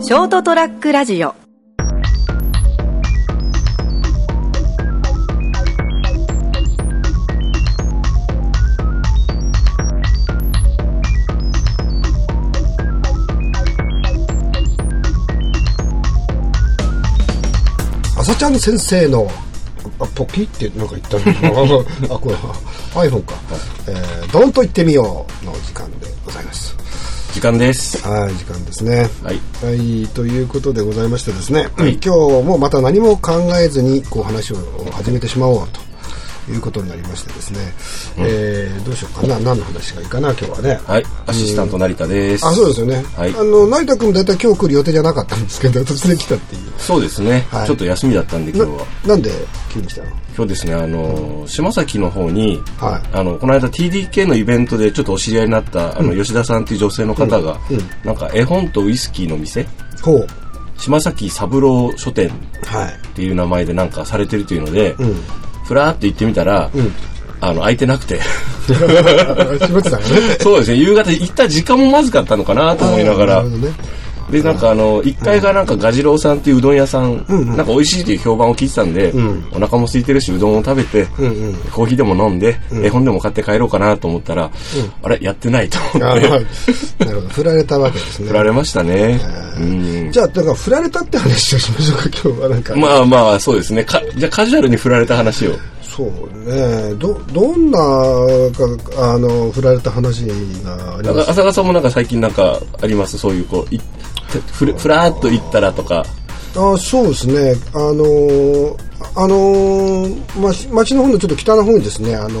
ショートトラックラジオ朝ちゃん先生のあポキってなんか言 ったのあこれ iPhone か、えー、ドンと言ってみようの時間でございます時間です。はい時間ですねはい。はいということでございましてですね、今日もまた何も考えずにこう話を始めてしまおうということになりましてですね、えーどうしようかな何の話がいいかな今日はねはい。アシスタント成田です。あそうですよね、はいあの成田君も大体今日来る予定じゃなかったんですけど突然来たっていうそうですね、はいちょっと休みだったんで今な日は。なんで急に来たの今日ですね、あのー、島崎の方に、はいあの、この間 TDK のイベントでちょっとお知り合いになった、あの、吉田さんっていう女性の方が、なんか絵本とウイスキーの店、ほう島崎三郎書店はいっていう名前でなんかされてるというので、んふらーっと行ってみたら、あの、空いてなくて。 柴田さんがねそうですね、夕方行った時間もまずかったのかなと 思いながあらーなるほ、どねでなんかあの1階がなんかガジロウさんっていううどん屋さん、なんか美味しいっていう評判を聞いてたんで、お腹も空いてるしうどんを食べて、コーヒーでも飲んで、絵本でも買って帰ろうかなと思ったら、あれやってないとあ思ってーはいなるほど振られたわけですね 振られましたね、うんじゃあだから振られたって話をしましょうか今日はなんか、まあまあそうですねかじゃあカジュアルに振られた話をそうねどどんなかあの振られた話がありなんまかす浅川さんもなんか最近なんかありますそういうこういふらふらーっと行ったらとかあそうですねあのーあのーま町の方のちょっと北の方にですねあの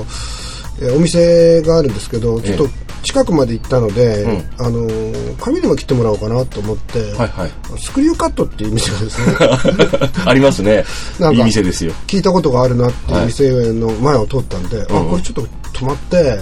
えーお店があるんですけどちょっと近くまで行ったので、あのー髪でも切ってもらおうかなと思って、はいはいスクリューカットっていう店がですね ありますねなんかいい店ですよ聞いたことがあるなっていう店の前を通ったんで、あこれちょっと止まって、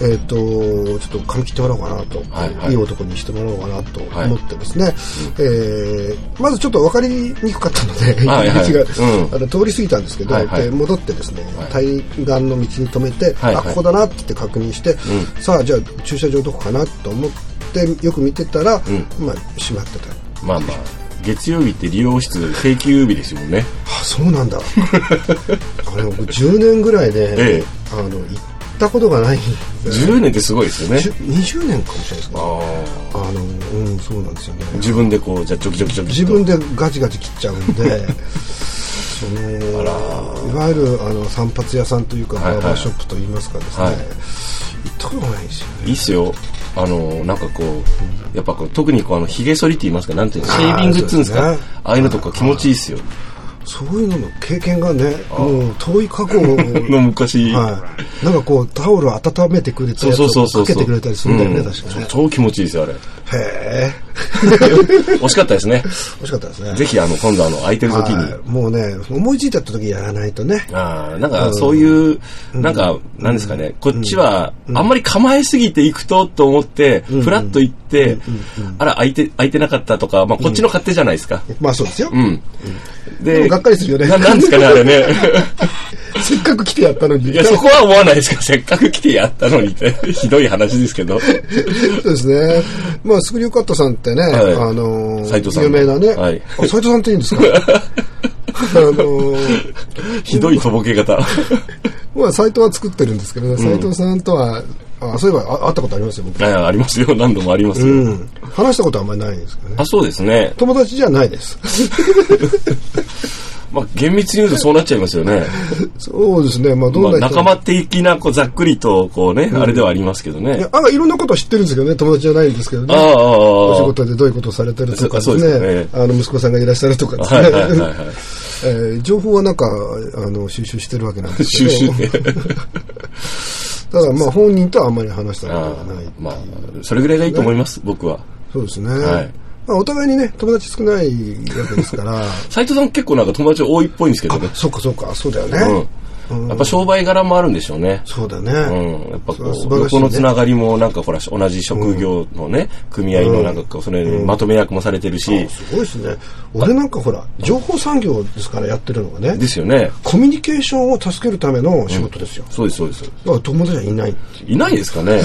えっ、とちょっと髪切ってもらおうかなと、はいいはいい、男にしてもらおうかなと思ってですね、えーまずちょっと分かりにくかったのではいはい 入り口が、うんあの通り過ぎたんですけど、はいはいで戻ってですね、はい対岸の道に止めて、はいはいあここだなって言って確認して、さあじゃあ駐車場どこかなと思ってよく見てたら、まあ閉まってた。まあまあ月曜日って理容室定休日ですもんねあそうなん だあれ僕10年ぐらいで、ええあの行ったことがない10年ってすごいですよねじゅ20年かもしれないですねああのうんそうなんですよねー自分でこうじゃあちょきちょきちょき自分でガチガチ切っちゃうんでそのいわゆるあの散髪屋さんというかはいはバいーバーショップといいますかですね、はい行ったことがないんですよねいいっすよあのなんかこうやっぱこう特にこうあのひげ剃りって言いますかなんていうのシェービングっつうんですあーかそあうですねあいうのとか気持ちいいっすよそういうのの経験がねもう遠い過去 の昔はい、なんかこうタオル温めてくれたそうりそうそうそかうけてくれたりするんだよね、う確かね超気持ちいいですよあれへえ惜しかったですね惜しかったですねぜひあの今度あの空いてる時はいにもうね思いついた時にやらないとねああ、なんかそういう、なんか、なんですかね、こっちは、あんまり構えすぎていくとと思って、ふらっと行って、あら、空いて、空いてなかったとか、まあこっちの勝手じゃないですか。まあそうですよ、うん。でもで、がっかりするよねななんですかね、あれね。 せっかく来てやったのにいや、そこは思わないですか、せっかく来てやったのにって、ひどい話ですけど。そうですねまあスクリューカットさんってね、はいあのー斉藤さん有名なね、はいあ斉藤さんっていいん ですかあのーひどいとぼ け方。まあ斉藤は作ってるんですけどね、斉藤さんとはあそういえばあ会ったことありますよ僕ああありますよ、何度もありますよ。うん話したことはあんまりないんですけどねあ、そうですね。友達じゃないですまあ厳密に言うとそうなっちゃいますよね。そうですねまあどんまなあ人仲間的な、こう、ざっくりと、こうね、あれではありますけどいねや。あいろんなことは知ってるんですけどね友達じゃないんですけどねああああ、あお仕あ。事でどういうことをされてるとかですそうね、そうですあの息子さんがいらっしゃるとかですはいはいはいねはい、 えー情報はなんかあの収集してるわけなんですけ収ど、集ね。ただまあ本人とはあんまり話したあことがないー、まあ、それぐらいがいいと思います、僕は。そうですね、はいまあ、お互いにね友達少ないわけですから 斉藤さん結構なんか友達多いっぽいんですけどね。そうかそうかそうだよね、うん。やっぱ商売柄もあるんでしょうね。そうだうね、ん、やっぱこそれは素晴らしいう、ね横のつながりもなんかほら同じ職業のね、組合のなんかこうそれまとめ役もされてるし、すごいですね俺なんかほら情報産業ですからやってるのがねですよねコミュニケーションを助けるための仕事ですよ、そうですそうです だから友達はいないっていういないですかね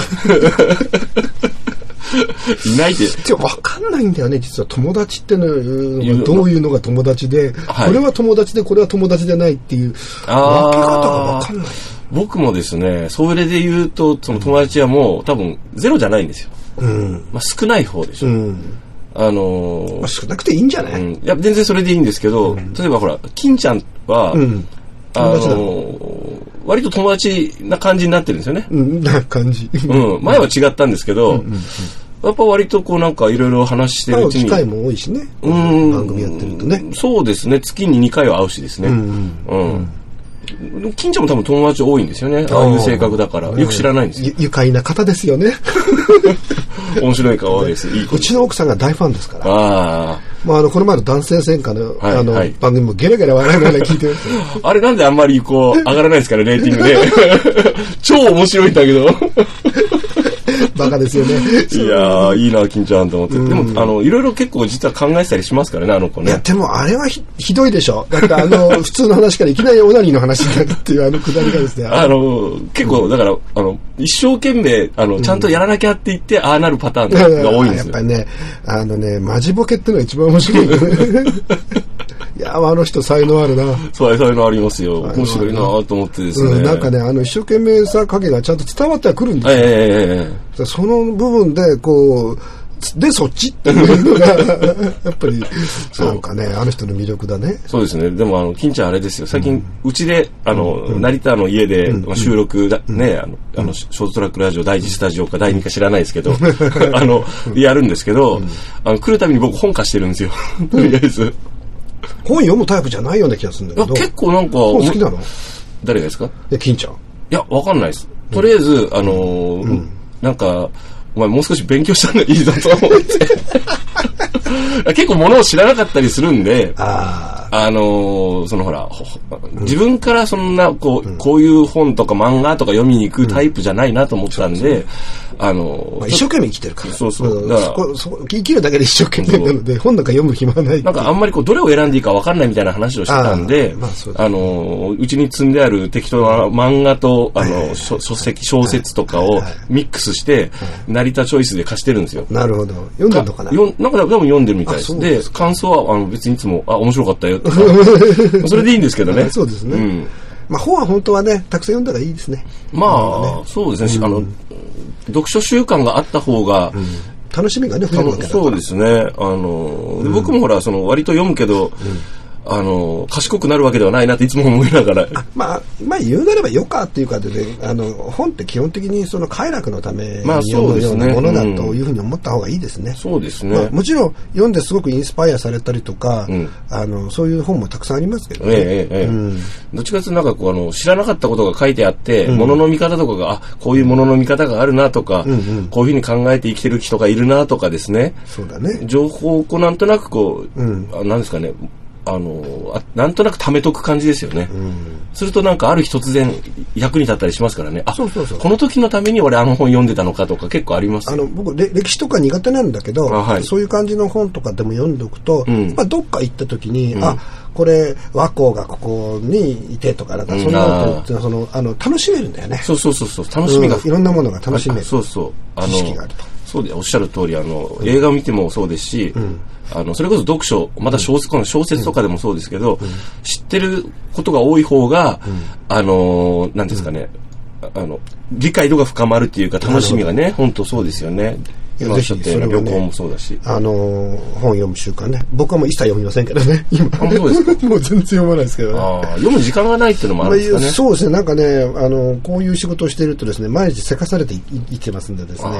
いないで。じゃ分かんないんだよね、実は友達っていうのが、どういうのが友達で、はいこれは友達で、これは友達じゃないっていう、分けあー方が分かんない。僕もですね、それで言うと、その友達はもう多分ゼロじゃないんですよ。うん。まあ少ない方でしょ。うん。あのーまあ、少なくていいんじゃなうい、ん、いや全然それでいいんですけど、例えばほら、金ちゃんは、うんあの友達だー割と友達な感じになってるんですよね。うん、な感じ。うん、前は違ったんですけど、やっぱ割とこうなんかいろいろ話して会るううちに。機会も多いしね。うん番組やってるとね。そうですね。月に2回は会うしですね。うん、近所も多分友達多いんですよね。ああいう性格だから。よく知らないんですよ。ゆ愉快な方ですよね。 面白い顔です。いいう子。ちの奥さんが大ファンですから。あまあ、あの、この前の男性戦火の、はいあの、はい番組もゲラゲラ笑いながら聞いてる。あ。あれなんであんまりこう、上がらないですから、レーティングで。 超面白いんだけ ど。バカですよね。いやー、いいな、金ちゃんと思って。でも、あの、いろいろ結構実は考えてたりしますからね、あの子いや、ね。でもあれはひひどいでしょ。だってあ の、普通の話からいきなりオナニーの話になるっていうあのくだりがですね。 あの、結構、だから、あの、一生懸命、あの、ちゃんとやらなきゃって言って、ああなるパターンが多いんでやすっよぱ。りね、あのね、マジボケってのが一番面 白いよね。いや、あの人才能あるな。そうそういうのありますよ。面白いなと思ってですね。うん、なんかね、あの、一生懸命さ影がちゃんと伝わってはくるんですええよ。えその部分で、こう、つで、そっちっていうのが、 やっぱり、なんかね、あの人の魅力だね。えそうですね。でも、あの、金ちゃんあれですよ。最近、うちで、あの、成田の家で、まあ収録だ、ね、あの、あのショートトラックラジオ第一スタジオか第二か知らないですけど、 あの、やるんですけど、あの、来るたびに僕本貸してるんですよ。とりあえず。本読むタイプじゃないような気がするんいだやけど。結構なんか、本好きなのい誰がですかや、金ちゃん。いや、わかんないです。とりあえず、あのーなんか、お前もう少し勉強したのいいぞと思って。 結構物を知らなかったりするんで、ああのーそのほら、ほほ自分からそんな、こう、こういう本とか漫画とか読みに行くタイプじゃないなと思ったんで、あのーあ。一生懸命生きてるから。そうそうんだからそこ、そこ、生きるだけで一生懸命なので、本なんか読む暇はない。なんかあんまりこうどれを選んでいいか分かんないみたいな話をしてたんであー、まあそうですあの、うちに積んである適当な漫画と、あの、書書籍、小説とかをミックスして、成田チョイスで貸してるんですよ。なるほど。読んでるのかなよんなんか多分読んでるみたいであそす。うでで、感想は、あの、別にいつも、あ、面白かったよ とか、それでいいんですけどね。そうですねんまあ、本は本当はね、たくさん読んだらいいですね。まあ、そうですね。あの、読書習慣があった方が、楽しみがね、増えるわけだから。そうですね。あの、で僕もほら、その、割と読むけど、あの、賢くなるわけではないなっていつも思いながら。まあ、まあ言うなれば余暇っていうかでね、あの、本って基本的にその快楽のためにまあ読そうむでよすうねなものだというふうに思った方がいいですね。そうですね。まあ、もちろん読んですごくインスパイアされたりとか、んあのそういう本もたくさんありますけどええね、ええええどっちかというとなんかこうあの知らなかったことが書いてあって、ものの見方とかがあこういうものの見方があるなとか、こういうふうに考えて生きてる人がいるなとかですねそうだね情報をこうなんとなくこう、あなんですかねあのあなんとなく貯めとく感じですよね、するとなんかある日突然役に立ったりしますからねあそうそうそうこの時のために俺あの本読んでたのかとか結構ありますあよの僕れ歴史とか苦手なんだけど、あはいそういう感じの本とかでも読んでおくと、んまあ、どっか行った時に、あこれ和光がここにいてとかなんかそんなことっていうのはそのあの楽しめるんだよねそうそうそうそう楽しみが、うんいろんなものが楽しめるあそうそうあの知識があるとそうでおっしゃる通りあの映画を見てもそうですし、あのそれこそ読書また小説この小説とかでもそうですけど、知ってることが多い方が、あの何ですかね、あの理解度が深まるっていうか楽しみがね本当そうですよねいや今おっしゃったようなぜひそれ旅はね行もそうだし、あのー本読む習慣ね僕はもう一切読みませんけどね 今あそうですもう全然読まないですけどねああ読む時間がないっていうのもあるんですかね、まあそうですね、なんかね、あの、こういう仕事をしているとですね、毎日せかされてい生きてますんでですね、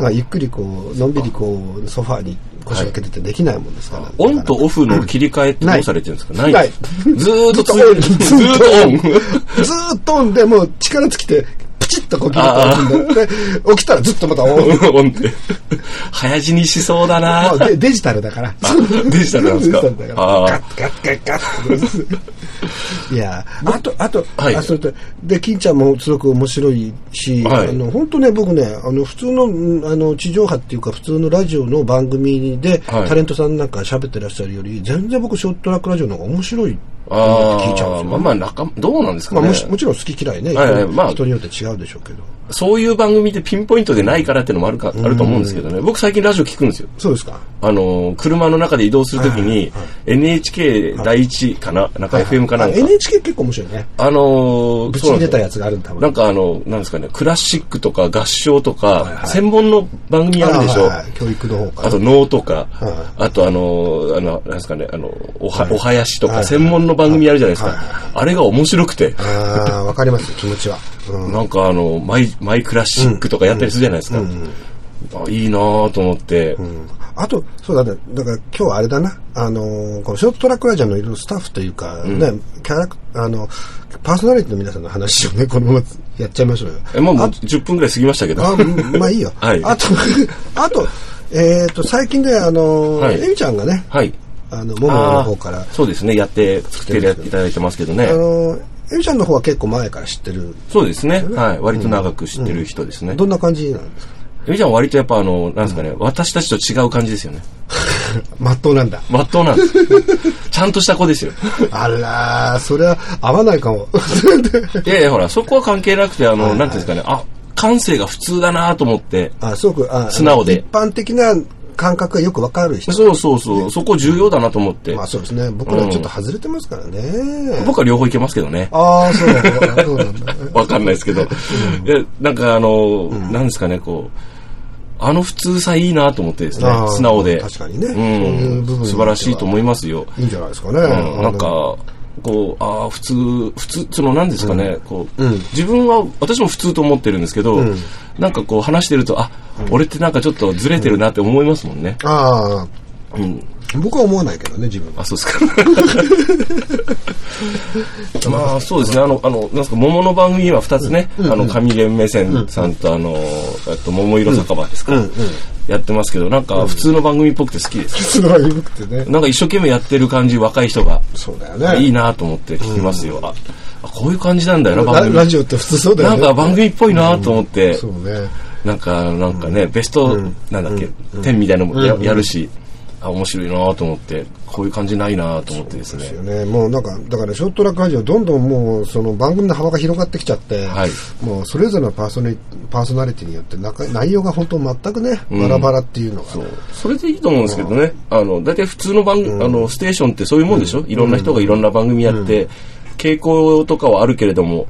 まあゆっくりこう、のんびりこう、ソファーに腰を掛けててできないもんですから。オンとオフの切り替えってどうされてるんですかないないずーっと続いてるずっとずーっとオンずーっとオンで、もう力尽きて、プチッとこう切り替わるんで、で起きたらずっとまたオ ン。オンって。早死にしそうだまなあでデジタルだから。デジタルなんですかデジタルだから。あーガッガッガッガッって。い や、あと、あと、はいあ、それと、で、金ちゃんもすごく面白いし、はいあの、本当ね、僕ね、あの、普通の、うんあの、地上波っていうか、普通のラジオの番組で、はいタレントさんなんか喋ってらっしゃるより、全然僕、ショートトラックラジオの方が面白いあ聞いちゃうんですよねあ、まあまあ仲間、どうなんですかまあ、ね。もしもちろん好き嫌いね、はいはい人まあ人によって違うでしょうけどそういう番組ってピンポイントでないからっていうのもあるか、あると思うんですけどね。僕最近ラジオ聞くんですよ。そうですかあの、車の中で移動するときに、NHK 第一かな、中 FM かなんあか。 NHK 結構面白いねあのー、ぶちに出たそうなんですよやつがあるんだもんなんかあの、なんですかね、クラシックとか合唱とか、専門の番組あるでしあょは。いはい教育の方かあと、能とかは、あと、あの、あの、なんですかね、あの、おは、お囃子とはか、い専門の番組あるじゃないですはいか。あれが面白くて、ああわかります気持ちは、うんなんかあの、マイ、マイクラシックとかやったりするじゃないですか。あいいなぁと思って、あと、そうだね。だから今日はあれだな。あのーこのショートトラックラジオのいろいろスタッフというか、ね、キャラク、あの、パーソナリティの皆さんの話をね、このままやっちゃいましょうよ。えもうもう10分ぐらい過ぎましたけど。あ、うんまあいいよ。はいあと、 あと、えっ、と、最近で、あのー、はいエミちゃんがね、はい。あの、モモの方から、ああーそうですね、やって、作っていただいてますけどね。のー、エミちゃんの方は結構前から知ってる。そうですね。はい。割と長く知ってる人ですね。どんな感じなんですかエミちゃんは割とやっぱあの、なんですかね、私たちと違う感じですよね。まっとうなんだ。まっとうなんです。 ちゃんとした子ですよ。あらー、それは合わないかも。 いやいや、ほら、そこは関係なくて、あの、なんていうんですかね、あ、感性が普通だなと思って。あ、すごく、あ素直で一般的な感覚がよくわかる人そうそうそう、そこ重要だなと思ってま。あそうですね。僕らちょっと外れてますからね。僕は両方いけますけどね。ああ、そうなんだ。そうなんだ。わかんないですけど。いや、なんかあの、なんですかね、こう、あの普通さいいなと思ってですねあー、素直で。確かにねうんそういう部分においては素晴らしいと思いますよ。いいんじゃないですかね。うんなんか、こう、ああ、普通、普通、その、なんですかね、こう、自分は、私も普通と思ってるんですけど、なんかこう、話してると、あ、俺ってなんかちょっとずれてるなって思いますもんね。あうん。あ、僕は思わないけどね、自分は。あ、そうですか。 まあ、そうですね、あの、あの、なんですか、桃の番組は2つね、あの、上玄目線さんと、あの、えっと、桃色酒場ですか、やってますけど、なんか、普通の番組っぽくて好きです。 すごい鈍くてね。なんか一生懸命やってる感じ、若い人が。そうだよね。いいなと思って聞きますよ。あ、あこういう感じなんだよな、番ラ組。ラジオって普通そうだよなね。んか番組っぽいなと思って、そうね。なんか、なんかね、ベスト、なんだっけ、10みたいなのもややるし、あ、面白いなと思って、こういう感じないなと思ってですですね。よね。もうなんか、だからショートトラックラジオ、どんどんもう、その番組の幅が広がってきちゃって、はいもうそれぞれのパーソナリパーソナリティによって中、内容が本当全くね、バラバラっていうのがね、それでいいと思うんですけどね、あの、大体普通の番、あの、ステーションってそういうもんでしょいろんな人がいろんな番組やって、傾向とかはあるけれども、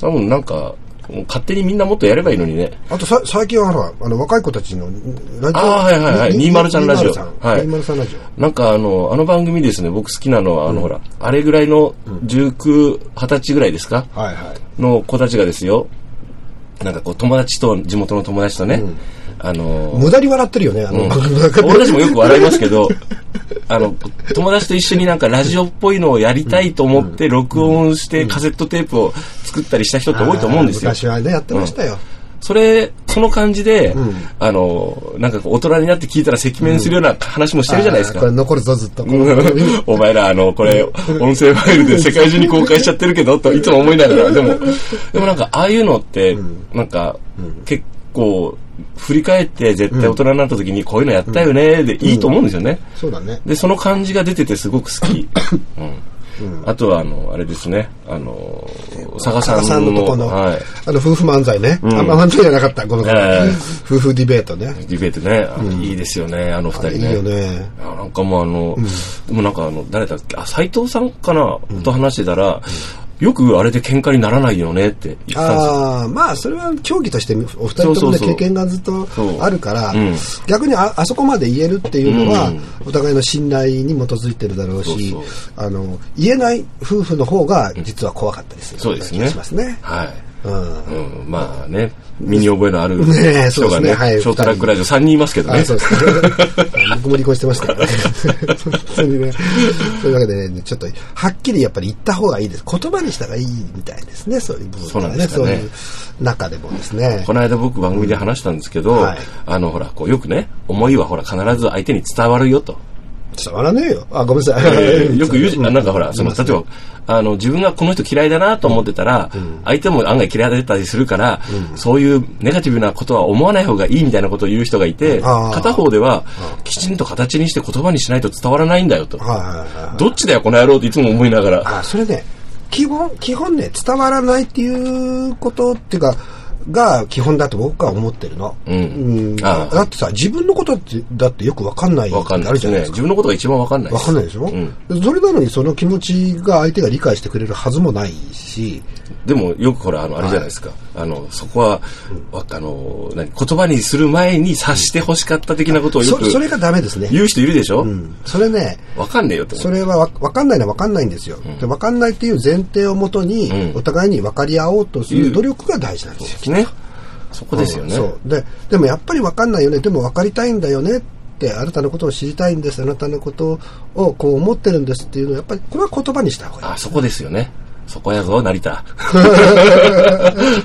多分なんか、もう勝手にみんなもっとやればいいのにね。あとさ最近はほらあの若い子たちのラジオあーはいはいはいに203ラジオ203はい203ラジオなんかあの、あの番組ですね、僕好きなのは、あの、ほら、あれぐらいの19、20歳ぐらいですかはいはいの子たちがですよ、なんかこう友達と、地元の友達とね、あの無駄に笑ってるよねあの番組の中で 俺たちもよく笑いますけど、あの、友達と一緒になんかラジオっぽいのをやりたいと思って録音してカセットテープを作ったりした人って多いと思うんですよあー。昔はねやってましたよ、それ、その感じで、あの、なんかこう大人になって聞いたら赤面するような話もしてるじゃないですあかーこ。れ残るぞずっと、うん お前ら、あの、これ、音声ファイルで世界中に公開しちゃってるけど、といつも思いながら、でも、でもなんか、ああいうのって、なんか、結構、振り返って絶対大人になった時に、こういうのやったよね、でいいと思うんですよね。そうだねで、その感じが出ててすごく 好き。うん。あとは、あの、あれですね、あの、佐賀加賀ささんんのとこの、の,、はい。あの夫婦漫才ね、あんま漫才じゃなかったごめんなえさいえ夫婦ディベートねディベートね、あのいいですよね、あの二人いいよねあなんかもうあの、でもなんかあの、誰だっけ、あ、斎藤さんかな、と話してたら、よくあれで喧嘩にならないよねって言ってたんですよ。ああまあそれは競技としてお二人とそもうねそうそう経験がずっとあるから、そううん逆にああそこまで言えるっていうのは、うんお互いの信頼に基づいてるだろうしそうあの言えない夫婦の方が実は怖かったりする、そうですね気がしますね、はい。うんうん、まあね、身に覚えのあるねえそうで人すがねね、はいショートトラックラジオ3人いますけどあね。そうですね 僕も離婚してましたからね 本当にねそういうわけでねちょっとはっきりやっぱり言った方がいいです言葉にした方がいいみたいですねそういう部分はねそうそういなんでう中でもですねこの間僕番組で話したんですけど、はい あのほら、こうよくね、思いはほら必ず相手に伝わるよと。伝わらねえよ。あ、ごめんなさい。え ーよく言うじゃん、なんかほら、その、例えば、あの、自分がこの人嫌いだなと思ってたら、相手も案外嫌いだったりするから、そういうネガティブなことは思わない方がいいみたいなことを言う人がいて、あー片方では、きちんと形にして言葉にしないと伝わらないんだよと。はいはいはい。どっちだよ、この野郎っていつも思いながら。あ、それね、基本、基本ね、伝わらないっていうことっていうか、が基本だと僕は思ってるの。うんだああだってさ、自分のことって、だってよくわかんないわかんないあるでじすゃなねい。ですか。自分のことが一番わかんないわかんないでしょ、うんそれなのにその気持ちが相手が理解してくれるはずもないし、でもよくほらあのあれじゃないですか、あのそこは、わあの何言葉にする前に察してほしかった的なことをよそくそれがダメですね。言う人いるでしょ、わうんそれね、かんねえよとそれはわわかんないのはわかんないんですよ。でわかんないっていう前提をもとに、うんお互いに分かり合おうとする努力が大事なんですよ。ねそこですよね、そうででもやっぱり分かんないよねでも分かりたいんだよねってあなたのことを知りたいんですあなたのことをこう思ってるんですっていうのはやっぱりこれは言葉にした方がいいあそこですよねそこやぞ成 田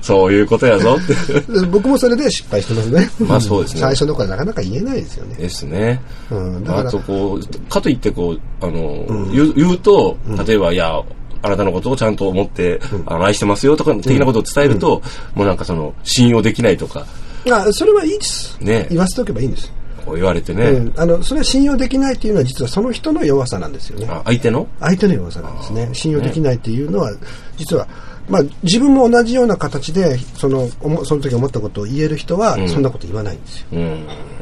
そういうことやぞってで僕もそれで失敗してますねまあそうです ね最初の頃はなかなか言えないですよねですね、うんだからあとこうかといってこうあの、言う言うと例えば、いやあなたのことをちゃんと思って、あの愛してますよとか的なことを伝えると、もうなんかその信用できないとかあそれはいいです、ね言わせておけばいいんです、こう言われてね、うん、あのそれは信用できないっていうのは実はその人の弱さなんですよねあ相手の相手の弱さなんですね。信用できないっていうのは、実は、まあ、自分も同じような形で、その、おもその時思ったことを言える人は、そんなこと言わないんですよ。うん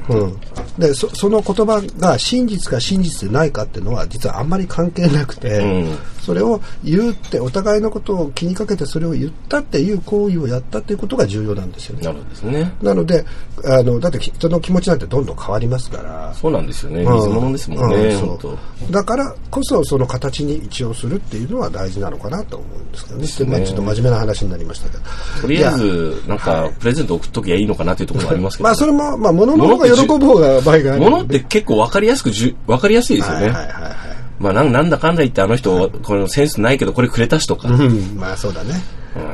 うん。で、そその言葉が真実か真実でないかっていうのは、実はあんまり関係なくて、うんそれを言うって、お互いのことを気にかけてそれを言ったっていう行為をやったっていうことが重要なんですよね。なるほどですねなので、あの、だって人の気持ちなんてどんどん変わりますから、そうなんですよね水うんのものですもんね、うん本当そうだからこそその形に一応するっていうのは大事なのかなと思うんですけどねねまあちょっと真面目な話になりましたけどとりあえいやずなんかプレゼント送っときゃいいのかなっていうところもありますけど、まあそれも、まあ、物の方が喜ぶ方が場合がある物って結構わかりやすくじゅわかりやすいですよはね、いはいはいはいまあなんなんだかんだ言ってあの人このセンスないけどこれくれたしとか、うん、まあそうだね。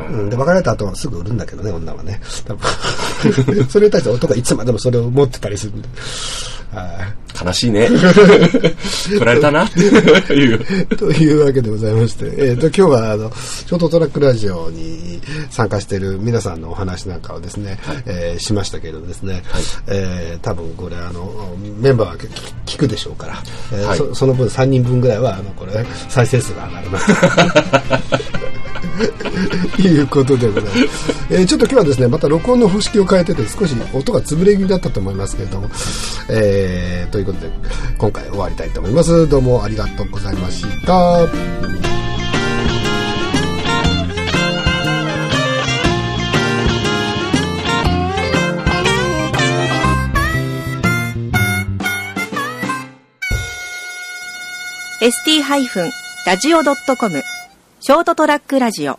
うん、で別れた後はすぐ売るんだけどね女 はね多分それに対して男がいつまでもそれを持ってたりするんでは悲しい ね 振られたなってい ういというわけでございまして、えー、と今日はあのショートトラックラジオに参加している皆さんのお話なんかをですね、えーしましたけれどもですね、えー多分これあのメンバーは聞聞くでしょうから、えーはいそその分3人分ぐらいはあのこれ再生数が上がり ますということでございます、えーちょっと今日はですねまた録音の方式を変えてて少し音が潰れ気味だったと思いますけれども、えーということで今回終わりたいと思いますどうもありがとうございました ST-radio.com ショートトラックラジオ